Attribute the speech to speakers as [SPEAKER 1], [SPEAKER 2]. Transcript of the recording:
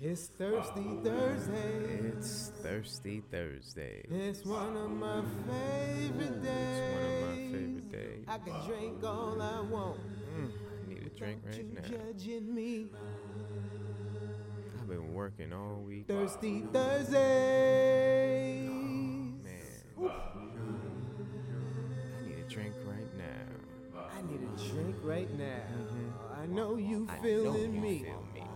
[SPEAKER 1] It's Thirsty Thursday.
[SPEAKER 2] It's Thirsty Thursday.
[SPEAKER 1] It's one of my favorite days.
[SPEAKER 2] It's one of my favorite days.
[SPEAKER 1] I can drink all I want.
[SPEAKER 2] I need a drink
[SPEAKER 1] Don't
[SPEAKER 2] right
[SPEAKER 1] you
[SPEAKER 2] now.
[SPEAKER 1] judging me.
[SPEAKER 2] I've been working all week.
[SPEAKER 1] Thirsty Thursdays.
[SPEAKER 2] Oh, Man. I need a drink right now.
[SPEAKER 1] I need a drink right now. I know you
[SPEAKER 2] Mm-hmm. I know
[SPEAKER 1] feeling
[SPEAKER 2] you
[SPEAKER 1] me.
[SPEAKER 2] feel me.